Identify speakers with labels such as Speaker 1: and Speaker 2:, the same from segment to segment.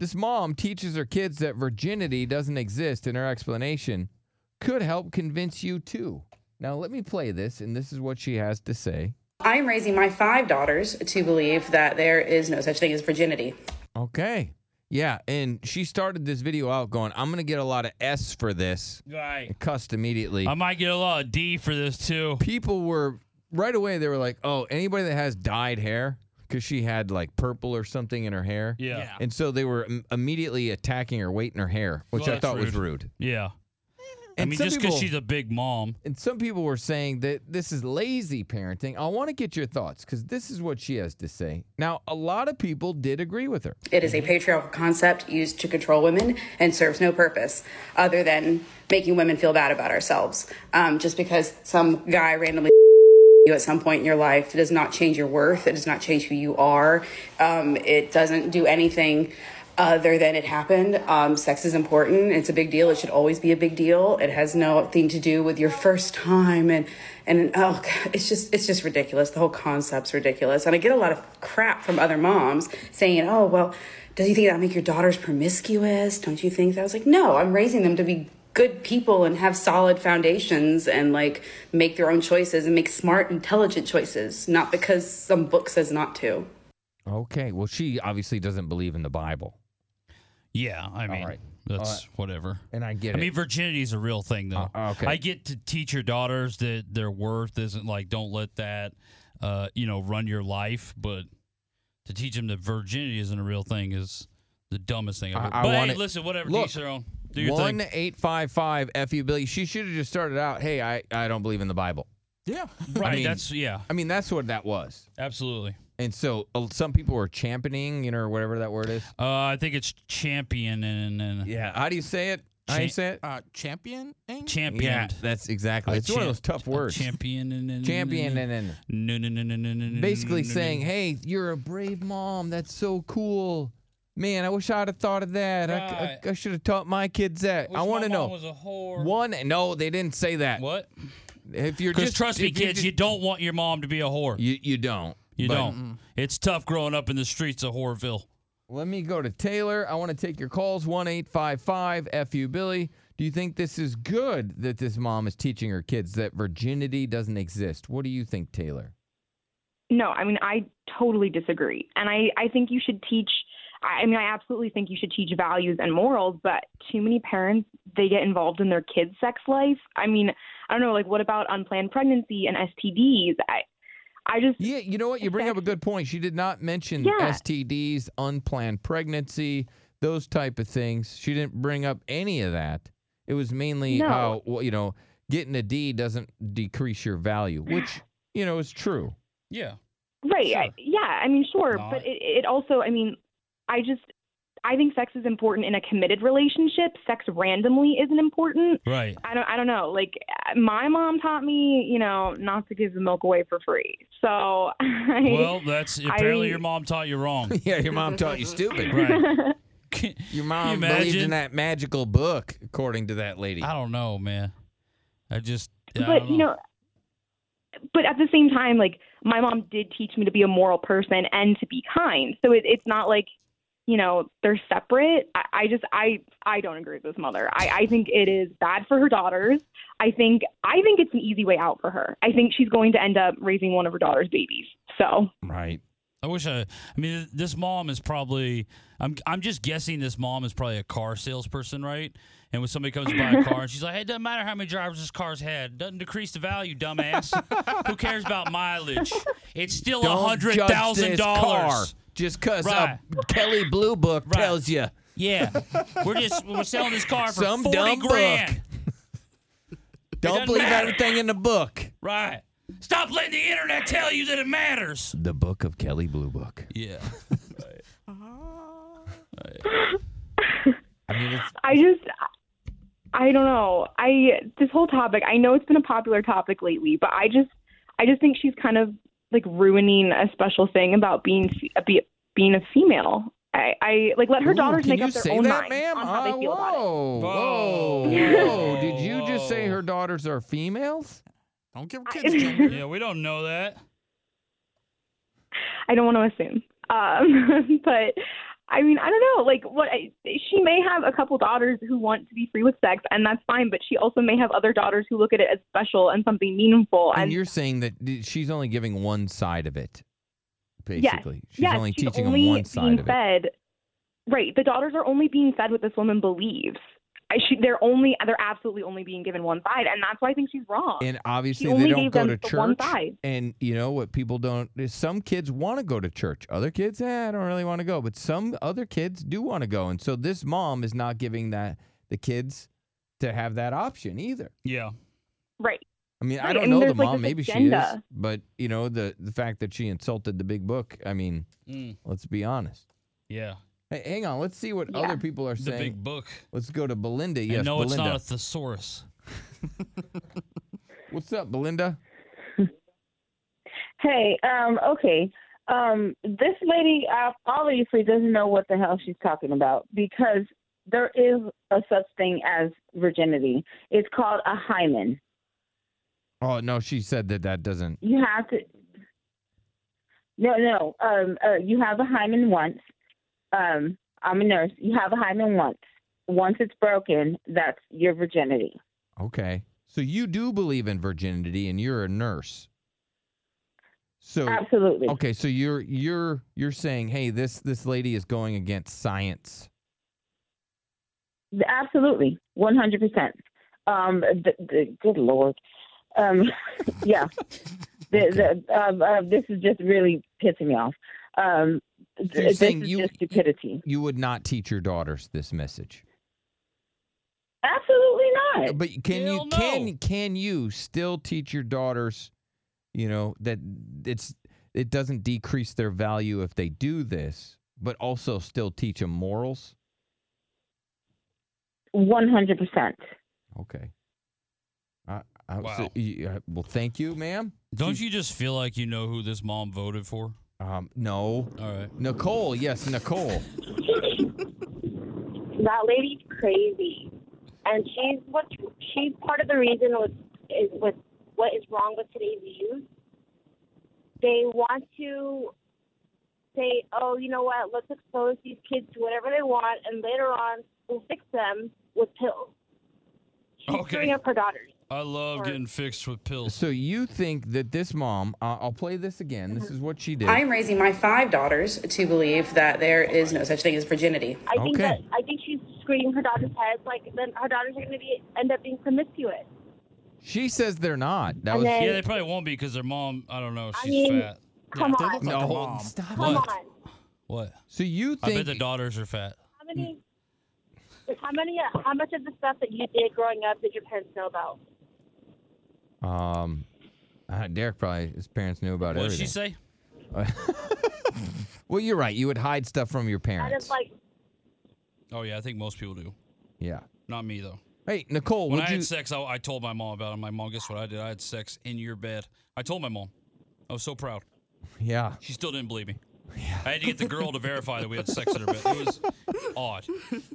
Speaker 1: This mom teaches her kids that virginity doesn't exist, and her explanation could help convince you too. Now, let me play this, and this is what she has to say.
Speaker 2: I'm raising my five daughters to believe that there is no such thing as virginity.
Speaker 1: Okay. Yeah, and she started this video out going, I'm going to get a lot of S for this.
Speaker 3: Right.
Speaker 1: Cussed immediately.
Speaker 3: I might get a lot of D for this too.
Speaker 1: People were right away, they were like, oh, anybody that has dyed hair, because she had like purple or something in her hair.
Speaker 3: Yeah.
Speaker 1: And so they were im- immediately attacking her weight in her hair, which
Speaker 3: Well,
Speaker 1: I
Speaker 3: that's
Speaker 1: thought was rude.
Speaker 3: Yeah. I
Speaker 1: And
Speaker 3: mean,
Speaker 1: some
Speaker 3: just because
Speaker 1: people-
Speaker 3: she's a big mom.
Speaker 1: And some people were saying that this is lazy parenting. I want to get your thoughts because this is what she has to say. Now, a lot of people did agree with her.
Speaker 2: It is a patriarchal concept used to control women and serves no purpose other than making women feel bad about ourselves. Um, just because some guy randomly you at some point in your life it does not change your worth. It does not change who you are. Um, it doesn't do anything other than it happened. Um, sex is important. It's a big deal. It should always be a big deal. It has nothing to do with your first time and and oh, God, it's just it's just ridiculous. The whole concept's ridiculous. And I get a lot of crap from other moms saying, "Oh, well, does you think that make your daughters promiscuous? Don't you think that?" I was like, "No, I'm raising them to be good people and have solid foundations and like make their own choices and make smart, intelligent choices, not because some book says not to.
Speaker 1: Okay. Well, she obviously doesn't believe in the Bible.
Speaker 3: Yeah. I mean,
Speaker 1: right.
Speaker 3: that's
Speaker 1: All right.
Speaker 3: whatever.
Speaker 1: And I get
Speaker 3: I
Speaker 1: it.
Speaker 3: mean, virginity is a real thing, though.
Speaker 1: Uh, okay.
Speaker 3: I get to teach your daughters that their worth isn't like, don't let that, uh, you know, run your life. But to teach them that virginity isn't a real thing is the dumbest thing
Speaker 1: I-
Speaker 3: I've heard.
Speaker 1: I
Speaker 3: but
Speaker 1: want
Speaker 3: hey,
Speaker 1: it-
Speaker 3: listen, whatever.
Speaker 1: Look,
Speaker 3: teach their own. Do your
Speaker 1: One
Speaker 3: thing.
Speaker 1: eight five five fu Billy. She should have just started out. Hey, I, I don't believe in the Bible.
Speaker 4: Yeah.
Speaker 3: Right.
Speaker 1: mean-
Speaker 3: that's, yeah,
Speaker 1: I mean, that's what that was.
Speaker 3: absolutely.
Speaker 1: And so uh, some people were championing, you know, or whatever that word is.
Speaker 3: Uh, I think it's champion and, and
Speaker 1: Yeah. How do you say it? How do you
Speaker 3: Cha-
Speaker 1: say it?
Speaker 4: Uh, champion?
Speaker 3: champion.
Speaker 1: yeah, that's exactly. It's one of those tough words.
Speaker 3: Champion and, and
Speaker 1: Champion and
Speaker 3: and,
Speaker 1: then
Speaker 3: no, no, no, no, no, no, no,
Speaker 1: basically
Speaker 3: no, no,
Speaker 1: saying,
Speaker 3: no.
Speaker 1: "Hey, you're a brave mom. That's so cool, man. I wish I'd have thought of that. I- I,
Speaker 3: Right.
Speaker 1: should have taught my kids that. I
Speaker 3: Wish
Speaker 1: want to
Speaker 3: my mom
Speaker 1: know."
Speaker 3: was a whore.
Speaker 1: One, no, they didn't say that.
Speaker 3: What?
Speaker 1: If you're
Speaker 3: Because
Speaker 1: just
Speaker 3: trust me,
Speaker 1: if you're
Speaker 3: kids,
Speaker 1: just-
Speaker 3: you don't want your mom to be a whore. You,
Speaker 1: you you don't But mm.
Speaker 3: don't. It's tough growing up in the streets of Whoreville.
Speaker 1: Let me go to Taylor. I want to take your calls. One eight five five fu Billy. Do you think this is good that this mom is teaching her kids that virginity doesn't exist? What do you think, Taylor?
Speaker 5: No, I mean I totally disagree, and I I think you should teach. I I mean, I absolutely think you should teach values and morals, but too many parents they get involved in their kids' sex life. I mean, I don't know, like what about unplanned pregnancy and STDs? I I just
Speaker 1: Yeah, you know what? You bring up a good point. She did not mention
Speaker 5: Yeah.
Speaker 1: STDs, unplanned pregnancy, those type of things. She didn't bring up any of that. It was mainly
Speaker 5: No.
Speaker 1: how well, you know getting a D doesn't decrease your value, which you know is true.
Speaker 3: Yeah.
Speaker 5: Right.
Speaker 3: Sure.
Speaker 5: I, yeah. I mean, sure.
Speaker 3: No, I-
Speaker 5: but it, it also, I mean, I just, I think sex is important in a committed relationship. Sex randomly isn't important.
Speaker 3: Right.
Speaker 5: I don't, I don't know. Like, uh, my mom taught me, you know, not to give the milk away for free. So, I,
Speaker 3: Well, that's apparently
Speaker 5: I-
Speaker 3: your mom taught you wrong.
Speaker 1: yeah, your mom taught you stupid.
Speaker 3: Right.
Speaker 1: Your mom
Speaker 3: you
Speaker 1: believed
Speaker 3: imagine?
Speaker 1: in that magical book, according to that lady.
Speaker 3: I don't know, man. I just. I
Speaker 5: but
Speaker 3: don't
Speaker 5: you know but at the same time like my mom did teach me to be a moral person and to be kind so it, it's not like you know they're separate I, I just i i don't agree with this mother I, I think it is bad for her daughters i think i think it's an easy way out for her i think she's going to end up raising one of her daughter's babies so
Speaker 1: Right.
Speaker 3: I wish I. I mean, this mom is probably. I'm. I'm just guessing this mom is probably a car salesperson, right? And when somebody comes to buy a car, and she's like, "Hey, it doesn't matter how many drivers this car's had. Doesn't decrease the value, dumbass. Who cares about mileage? It's still a
Speaker 1: Don't
Speaker 3: hundred
Speaker 1: judge
Speaker 3: thousand
Speaker 1: this car
Speaker 3: dollars.
Speaker 1: just because
Speaker 3: Right.
Speaker 1: Kelly Blue Book
Speaker 3: Right.
Speaker 1: tells you
Speaker 3: Yeah, we're just we're selling this car for
Speaker 1: Some
Speaker 3: forty
Speaker 1: dumb
Speaker 3: grand.
Speaker 1: don't
Speaker 3: doesn't
Speaker 1: believe
Speaker 3: matter.
Speaker 1: everything in the book.
Speaker 3: Right. Stop letting the internet tell you that it matters.
Speaker 1: The Book of Kelly Blue Book.
Speaker 3: Yeah.
Speaker 1: I mean, it's,
Speaker 5: I just I don't know. I this whole topic, I know it's been a popular topic lately, but I just I just think she's kind of like ruining a special thing about being fe- uh, be- being a female. I, I like let her
Speaker 1: Ooh,
Speaker 5: daughters
Speaker 1: can
Speaker 5: make
Speaker 1: you
Speaker 5: up their
Speaker 1: say
Speaker 5: own
Speaker 1: that,
Speaker 5: minds
Speaker 1: ma'am?
Speaker 5: on how they
Speaker 1: Uh,
Speaker 5: feel about it.
Speaker 1: whoa,
Speaker 3: Whoa,
Speaker 1: whoa, whoa! Did you just say
Speaker 3: whoa.
Speaker 1: her daughters are females?
Speaker 4: Don't give
Speaker 5: I-
Speaker 4: kids gender.
Speaker 3: Yeah, we don't know that.
Speaker 5: I don't want to assume, um, but I, I mean, I don't know. Like, what I, she may have a couple daughters who want to be free with sex, and that's fine. But she also may have other daughters who look at it as special and something meaningful.
Speaker 1: And
Speaker 5: And,
Speaker 1: you're saying that d- she's only giving one side of it, basically. She's
Speaker 5: yes,
Speaker 1: only
Speaker 5: she's
Speaker 1: teaching
Speaker 5: only
Speaker 1: them one side
Speaker 5: being
Speaker 1: of it.
Speaker 5: fed. Right, the daughters are only being fed what this woman believes. I, she, they're only, they're absolutely only being given one side, and that's why I think she's wrong.
Speaker 1: And obviously,
Speaker 5: she only
Speaker 1: they don't
Speaker 5: gave
Speaker 1: go
Speaker 5: them
Speaker 1: to
Speaker 5: the one
Speaker 1: church.
Speaker 5: side.
Speaker 1: And you know what people don't is some kids want to go to church. Other kids, eh, I don't really want to go. But some other kids do want to go. And so this mom is not giving that the kids to have that option either.
Speaker 3: Yeah.
Speaker 5: Right.
Speaker 1: I mean, I
Speaker 5: Right,
Speaker 1: don't
Speaker 5: I mean,
Speaker 1: know the
Speaker 5: there's, like,
Speaker 1: mom,
Speaker 5: this
Speaker 1: maybe she is,
Speaker 5: agenda.
Speaker 1: but you know, the the fact that she insulted the big book, I mean,
Speaker 3: Mm.
Speaker 1: let's be honest.
Speaker 3: Yeah.
Speaker 1: Hey, hang on, let's see what
Speaker 5: Yeah.
Speaker 1: other people are
Speaker 3: The
Speaker 1: saying.
Speaker 3: big book.
Speaker 1: Let's go to Belinda. Yes,
Speaker 3: and no,
Speaker 1: Belinda.
Speaker 3: it's not a thesaurus.
Speaker 1: What's up, Belinda?
Speaker 4: Hey, um, okay. Um, this lady uh, obviously doesn't know what the hell she's talking about because there is a such thing as virginity. It's called a hymen.
Speaker 1: Oh, no, she said that that doesn't.
Speaker 4: You have to. No, no. Um, uh, you have a hymen once. Um, I'm a nurse. You have a hymen once. Once it's broken, that's your virginity.
Speaker 1: Okay. So you do believe in virginity and you're a nurse. So
Speaker 4: Absolutely.
Speaker 1: Oh. Okay, so you're you're you're saying, "Hey, this this lady is going against science."
Speaker 4: Absolutely, one hundred percent. Um, the, the, good lord, um, yeah. The, the, um, uh, this is just really pissing me off. Um, th-
Speaker 1: you're
Speaker 4: this
Speaker 1: saying
Speaker 4: is
Speaker 1: you-
Speaker 4: just stupidity.
Speaker 1: You would not teach your daughters this message.
Speaker 4: Absolutely not.
Speaker 1: Uh, But can you
Speaker 3: Hell
Speaker 1: can
Speaker 3: no.
Speaker 1: can you still teach your daughters, you know, that it's it doesn't decrease their value if they do this, but also still teach them morals?
Speaker 4: One hundred percent.
Speaker 1: Okay. I, I,
Speaker 3: Wow.
Speaker 1: so you- uh, well, thank you, ma'am.
Speaker 3: Don't you just feel like you know who this mom voted for?
Speaker 1: Um, no,
Speaker 3: All right.
Speaker 1: Nicole. Yes, Nicole.
Speaker 6: That lady's crazy, and she's what she's part of the reason was is with what is wrong with today's youth. They want to say, "Oh, you know what? Let's expose these kids to whatever they want, and later on we'll fix them with pills." She's
Speaker 3: Okay.
Speaker 6: screwing up her daughters.
Speaker 3: I love
Speaker 6: Or-
Speaker 3: getting fixed with pills.
Speaker 1: So you think that this mom? Uh, I'll play this again. This is what she did.
Speaker 2: I am raising my five daughters to believe that there is no such thing as virginity.
Speaker 6: I think
Speaker 1: Okay.
Speaker 6: that I think she's screwing her daughter's heads. Like then her daughters are going to be end up being promiscuous.
Speaker 1: she says they're not. That
Speaker 6: And
Speaker 1: was
Speaker 6: then-
Speaker 3: Yeah, they probably won't be because their mom. I don't know. She's
Speaker 6: mean,
Speaker 3: fat.
Speaker 6: come
Speaker 3: yeah,
Speaker 6: on.
Speaker 3: They look like
Speaker 1: no.
Speaker 3: a mom.
Speaker 1: Stop. it.
Speaker 6: Come
Speaker 3: What?
Speaker 6: on.
Speaker 3: What?
Speaker 1: So you
Speaker 3: I
Speaker 1: think?
Speaker 3: bet the daughters are fat.
Speaker 6: How many?
Speaker 1: Mm.
Speaker 6: How many? uh, How much of the stuff that you did growing up did your parents know about?
Speaker 1: Um, uh, Derek probably his parents knew about
Speaker 3: What did
Speaker 1: everything.
Speaker 3: she say?
Speaker 1: well, you're right. You would hide stuff from your
Speaker 6: Out
Speaker 1: parents.
Speaker 6: of like,
Speaker 3: Oh yeah, I think most people do.
Speaker 1: yeah.
Speaker 3: Not me though.
Speaker 1: Hey, Nicole,
Speaker 3: When
Speaker 1: would
Speaker 3: I
Speaker 1: you?
Speaker 3: had sex, I, I told my mom about it. My mom, guess what I did? I had sex in your bed. I told my mom. I was so proud.
Speaker 1: yeah.
Speaker 3: She still didn't believe me. I had to get the girl to verify that we had sex in her bed. It was odd.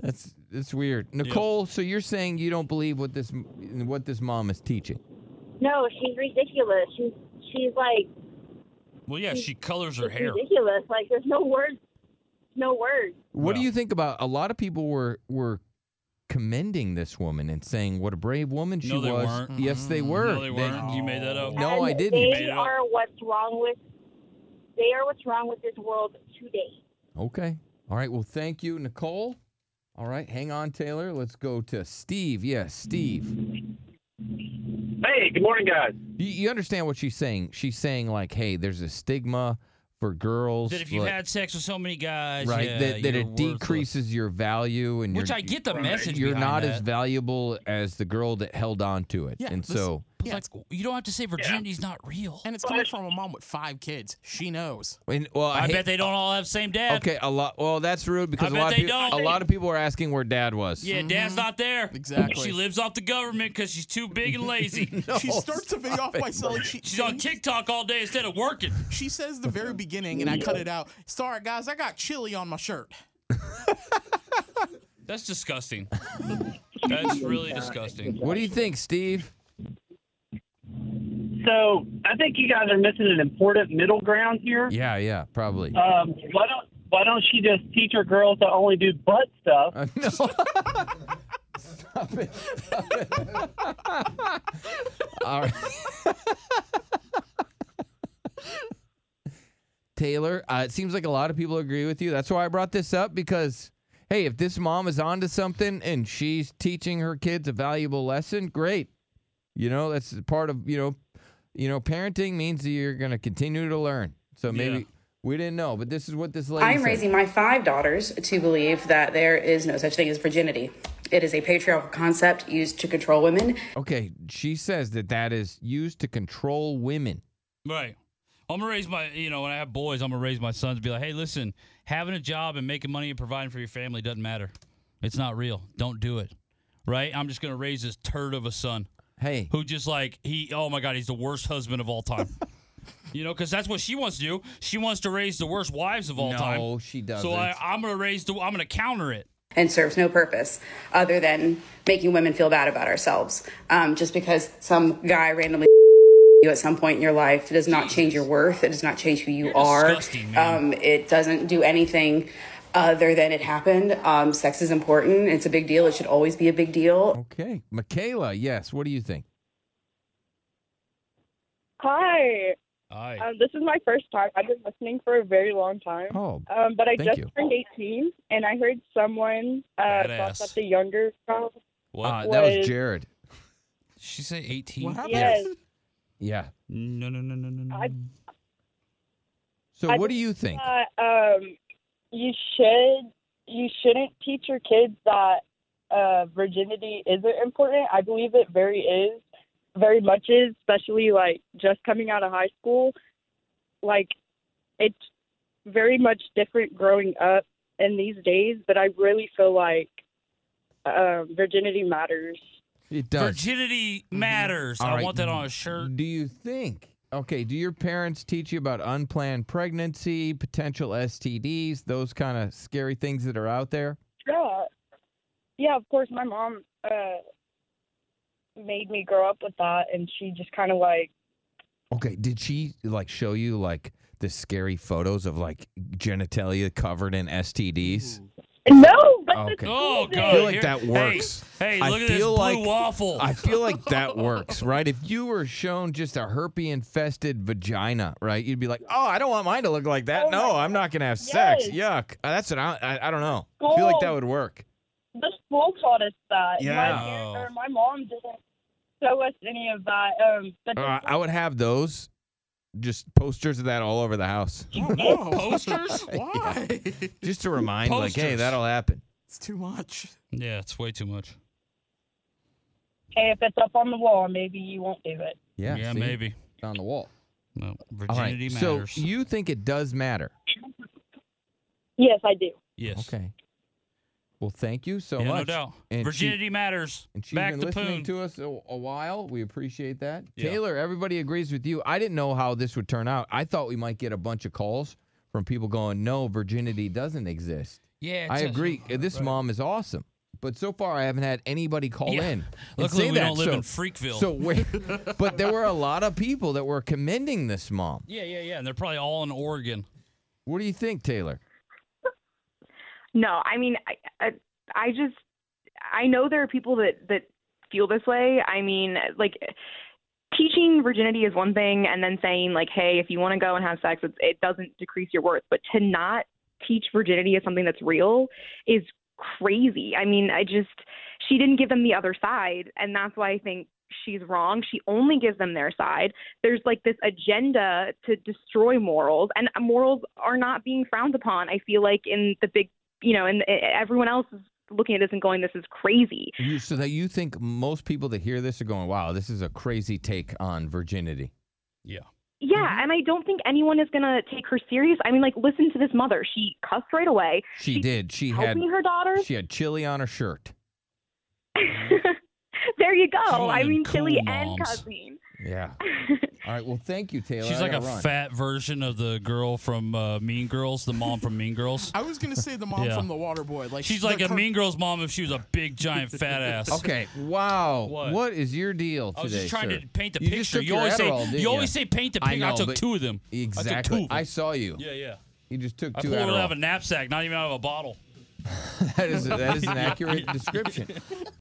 Speaker 1: That's that's weird. Nicole, so you're saying you don't believe what this m- what this mom is teaching?
Speaker 6: no, she's ridiculous. She's she's like
Speaker 3: Well, yeah, she colors her
Speaker 6: it's
Speaker 3: hair.
Speaker 6: ridiculous. Like there's no words, no words.
Speaker 1: What do
Speaker 3: Well-
Speaker 1: you think about? A lot of people were were commending this woman and saying what a brave woman she
Speaker 3: No, they
Speaker 1: was.
Speaker 3: weren't. Mm-hmm.
Speaker 1: Yes, they were.
Speaker 3: No, they weren't. You made that up.
Speaker 1: No,
Speaker 6: And
Speaker 1: I didn't.
Speaker 3: Made
Speaker 6: They
Speaker 3: it up.
Speaker 6: are what's wrong with. They are what's wrong with this world today.
Speaker 1: Okay. All right. Well, thank you, Nicole. All right, hang on, Taylor. Let's go to Steve. Yes, Steve.
Speaker 7: Hey, good morning, guys.
Speaker 1: You, you understand what she's saying? She's saying like, hey, there's a stigma for girls
Speaker 3: That if you've
Speaker 1: like-
Speaker 3: had sex with so many guys,
Speaker 1: right
Speaker 3: yeah,
Speaker 1: that, that
Speaker 3: you're
Speaker 1: it
Speaker 3: worthless.
Speaker 1: decreases your value and
Speaker 3: Which
Speaker 1: your,
Speaker 3: I get the message.
Speaker 1: You're
Speaker 3: behind
Speaker 1: not
Speaker 3: that.
Speaker 1: as valuable as the girl that held on to it,
Speaker 8: Yeah,
Speaker 1: and
Speaker 8: listen,
Speaker 1: so
Speaker 3: But like, you don't have to say virginity's not real.
Speaker 8: And it's coming from a mom with five kids. She knows.
Speaker 1: and, well, I,
Speaker 3: I
Speaker 1: hate-
Speaker 3: bet they don't all have the same dad.
Speaker 1: Okay, a lot. Well, that's rude because a
Speaker 3: bet
Speaker 1: lot of
Speaker 3: they
Speaker 1: people, a
Speaker 3: don't.
Speaker 1: lot of people are asking where Dad was.
Speaker 3: Yeah, dad's not there.
Speaker 8: Exactly.
Speaker 3: She lives off the government because she's too big and lazy.
Speaker 8: she starts the video off by selling. She,
Speaker 3: She's on TikTok all day instead of working.
Speaker 8: She says the very beginning, and I cut it out. Sorry, guys, I got chili on my shirt.
Speaker 3: That's disgusting. That's really disgusting.
Speaker 1: What do you think, Steve?
Speaker 7: So I think you guys are missing an important middle ground here.
Speaker 1: Yeah, yeah, probably.
Speaker 7: Um, why don't why don't she just teach her girls to only do butt stuff?
Speaker 1: Uh, no. Stop it. Stop it. All right. Taylor, uh, it seems like a lot of people agree with you. That's why I brought this up because, hey, if this mom is onto something and she's teaching her kids a valuable lesson, great. You know, that's part of you know, you know, parenting means that you're going to continue to learn. So maybe
Speaker 3: Yeah.
Speaker 1: we didn't know, but this is what this lady.
Speaker 2: I'm
Speaker 1: said.
Speaker 2: raising my five daughters to believe that there is no such thing as virginity. It is a patriarchal concept used to control women
Speaker 1: Okay, she says that that is used to control women.
Speaker 3: Right. I'm gonna raise my, you know, when I have boys, I'm gonna raise my sons and be like, hey, listen, having a job and making money and providing for your family doesn't matter. It's not real. Don't do it. Right? I'm just gonna raise this turd of a son
Speaker 1: Hey,
Speaker 3: who just like he, oh my god, he's the worst husband of all time. you know, because that's what she wants to do. She wants to raise the worst wives of all
Speaker 1: no,
Speaker 3: time.
Speaker 1: she doesn't.
Speaker 3: So I, I'm gonna raise the, I'm gonna counter it.
Speaker 2: and serves no purpose other than making women feel bad about ourselves. Um, just because some guy randomly you at some point in your life, it does not change your worth. It does not change who you are.
Speaker 3: disgusting, man.
Speaker 2: Um, it doesn't do anything other than it happened. Um, sex is important. It's a big deal. It should always be a big deal.
Speaker 1: okay, Michaela. Yes, what do you think?
Speaker 5: Hi.
Speaker 3: All
Speaker 1: Uh,
Speaker 3: right.
Speaker 5: Um, this is my first time. I've been listening for a very long time.
Speaker 1: Oh,
Speaker 5: Um, but I
Speaker 1: Thank
Speaker 5: just
Speaker 1: you.
Speaker 5: turned 18, and I heard someone uh, thought
Speaker 3: Badass.
Speaker 5: that the younger girl.
Speaker 3: What?
Speaker 1: uh, that was
Speaker 5: was-
Speaker 1: Jared.
Speaker 3: Did she say 18?
Speaker 8: What happened?
Speaker 5: Yes.
Speaker 1: Yeah.
Speaker 3: No, no, no, no, no, no.
Speaker 5: I-
Speaker 1: So
Speaker 5: I
Speaker 1: what do you think?
Speaker 5: Uh, um, you should you shouldn't teach your kids that uh, virginity isn't important. I believe it very is, very much is, especially like just coming out of high school. Like it's very much different growing up in these days, but I really feel like um, virginity matters.
Speaker 1: It does.
Speaker 3: Virginity matters.
Speaker 1: Mm-hmm. All
Speaker 3: I
Speaker 1: right.
Speaker 3: want that on a shirt.
Speaker 1: Do you think? Okay, do your parents teach you about unplanned pregnancy, potential STDs, those kind of scary things that are out there?
Speaker 5: Yeah. Yeah, of course my mom uh made me grow up with that and she just kind of like
Speaker 1: Okay, did she like show you like the scary photos of like genitalia covered in STDs?
Speaker 5: No, but
Speaker 1: Okay.
Speaker 5: the
Speaker 3: Oh
Speaker 5: thing
Speaker 3: god!
Speaker 5: is-
Speaker 1: feel like
Speaker 3: Here-
Speaker 1: that
Speaker 3: hey,
Speaker 1: works.
Speaker 3: Hey,
Speaker 1: I
Speaker 3: look at this
Speaker 1: feel
Speaker 3: blue
Speaker 1: like-
Speaker 3: waffle.
Speaker 1: I feel like that works, right? If you were shown just a herpy infested vagina, right, you'd be like, "Oh, I don't want mine to look like that.
Speaker 5: Oh my
Speaker 1: no, I'm not gonna have sex.
Speaker 5: Yes.
Speaker 1: Yuck." Uh, That's what I, I. I don't know. I feel like that
Speaker 5: Gold.
Speaker 1: would work.
Speaker 5: the school taught us that.
Speaker 8: Yeah.
Speaker 5: My, parent- or my mom didn't show us any of that. Um, but
Speaker 1: Uh, I would have those, just posters of that all over the house,
Speaker 8: Oh, no.
Speaker 3: Posters?
Speaker 8: Why?
Speaker 1: just to remind, like, "Hey,
Speaker 3: Posters.
Speaker 1: that'll happen."
Speaker 8: It's too much.
Speaker 3: yeah, it's way too much.
Speaker 5: hey, if it's up on the wall, maybe you won't do it.
Speaker 1: Yeah, see?
Speaker 3: maybe.
Speaker 1: on the wall.
Speaker 3: No,
Speaker 1: All right,
Speaker 3: virginity
Speaker 1: so
Speaker 3: matters.
Speaker 1: you think it does matter?
Speaker 5: Yes, I do.
Speaker 3: yes.
Speaker 1: Okay. Well, thank you so
Speaker 3: yeah,
Speaker 1: much.
Speaker 3: no doubt.
Speaker 1: And she-
Speaker 3: virginity matters.
Speaker 1: And she's
Speaker 3: Back
Speaker 1: been
Speaker 3: to
Speaker 1: listening
Speaker 3: Poon.
Speaker 1: to us a, a while. We appreciate that.
Speaker 3: Yeah.
Speaker 1: Taylor, everybody agrees with you. I didn't know how this would turn out. I thought we might get a bunch of calls from people going, no, virginity doesn't exist.
Speaker 3: yeah,
Speaker 1: I agree. Uh, This mom is awesome. But so far, I haven't had anybody call
Speaker 3: Yeah.
Speaker 1: in. and
Speaker 3: Luckily,
Speaker 1: say
Speaker 3: we
Speaker 1: that.
Speaker 3: don't live
Speaker 1: so,
Speaker 3: in Freakville.
Speaker 1: So wait, but there were a lot of people that were commending this mom.
Speaker 3: yeah, yeah, yeah. And they're probably all in Oregon.
Speaker 1: What do you think, Taylor?
Speaker 9: No, I mean, I, I, I just, I know there are people that that feel this way. I mean, like, teaching virginity is one thing, and then saying like, hey, if you want to go and have sex, it, it doesn't decrease your worth. But to not teach virginity as something that's real is crazy. I mean, I just, she didn't give them the other side, and that's why I think she's wrong. She only gives them their side there's like this agenda to destroy morals and morals are not being frowned upon i feel like in the big you know and eh, everyone else is looking at this and going this is crazy
Speaker 1: You, so that you think most people that hear this are going, wow, this is a crazy take on virginity.
Speaker 9: yeah
Speaker 1: Mm-hmm.
Speaker 9: and i don't think anyone is going to take her serious i mean like listen to this mother she cussed right away
Speaker 1: She,
Speaker 9: She
Speaker 1: did. She had
Speaker 9: helping her daughter
Speaker 1: she had chili on her shirt.
Speaker 9: there you
Speaker 3: She's one
Speaker 9: go
Speaker 3: of
Speaker 9: i
Speaker 3: them
Speaker 9: mean
Speaker 3: cool
Speaker 9: silly
Speaker 3: moms.
Speaker 9: and cussing
Speaker 1: Yeah. All right. Well, thank you, Taylor.
Speaker 3: She's
Speaker 1: I
Speaker 3: like a
Speaker 1: gotta run.
Speaker 3: fat version of the girl from uh, Mean Girls, the mom from Mean Girls.
Speaker 8: I was gonna say the mom
Speaker 3: Yeah.
Speaker 8: from the Water Boy. Like
Speaker 3: She's like
Speaker 8: the
Speaker 3: a
Speaker 8: cur-
Speaker 3: Mean Girls mom if she was a big, giant, fat ass.
Speaker 1: Okay. Wow.
Speaker 3: What?
Speaker 1: what is your deal today?
Speaker 3: I was just trying
Speaker 1: sir?
Speaker 3: to paint the
Speaker 1: You just
Speaker 3: picture.
Speaker 1: took
Speaker 3: You
Speaker 1: your
Speaker 3: always say
Speaker 1: Adderall, didn't
Speaker 3: you always say paint the
Speaker 1: I
Speaker 3: picture. I,
Speaker 1: know,
Speaker 3: took
Speaker 1: but-
Speaker 3: two of them. I took two
Speaker 1: exactly.
Speaker 3: of
Speaker 1: I,
Speaker 3: them.
Speaker 1: saw you.
Speaker 3: yeah, yeah.
Speaker 1: You just took
Speaker 3: I
Speaker 1: two
Speaker 3: pulled it
Speaker 1: Adderall.
Speaker 3: out of a knapsack, not even out of a bottle.
Speaker 1: that is that is an accurate description.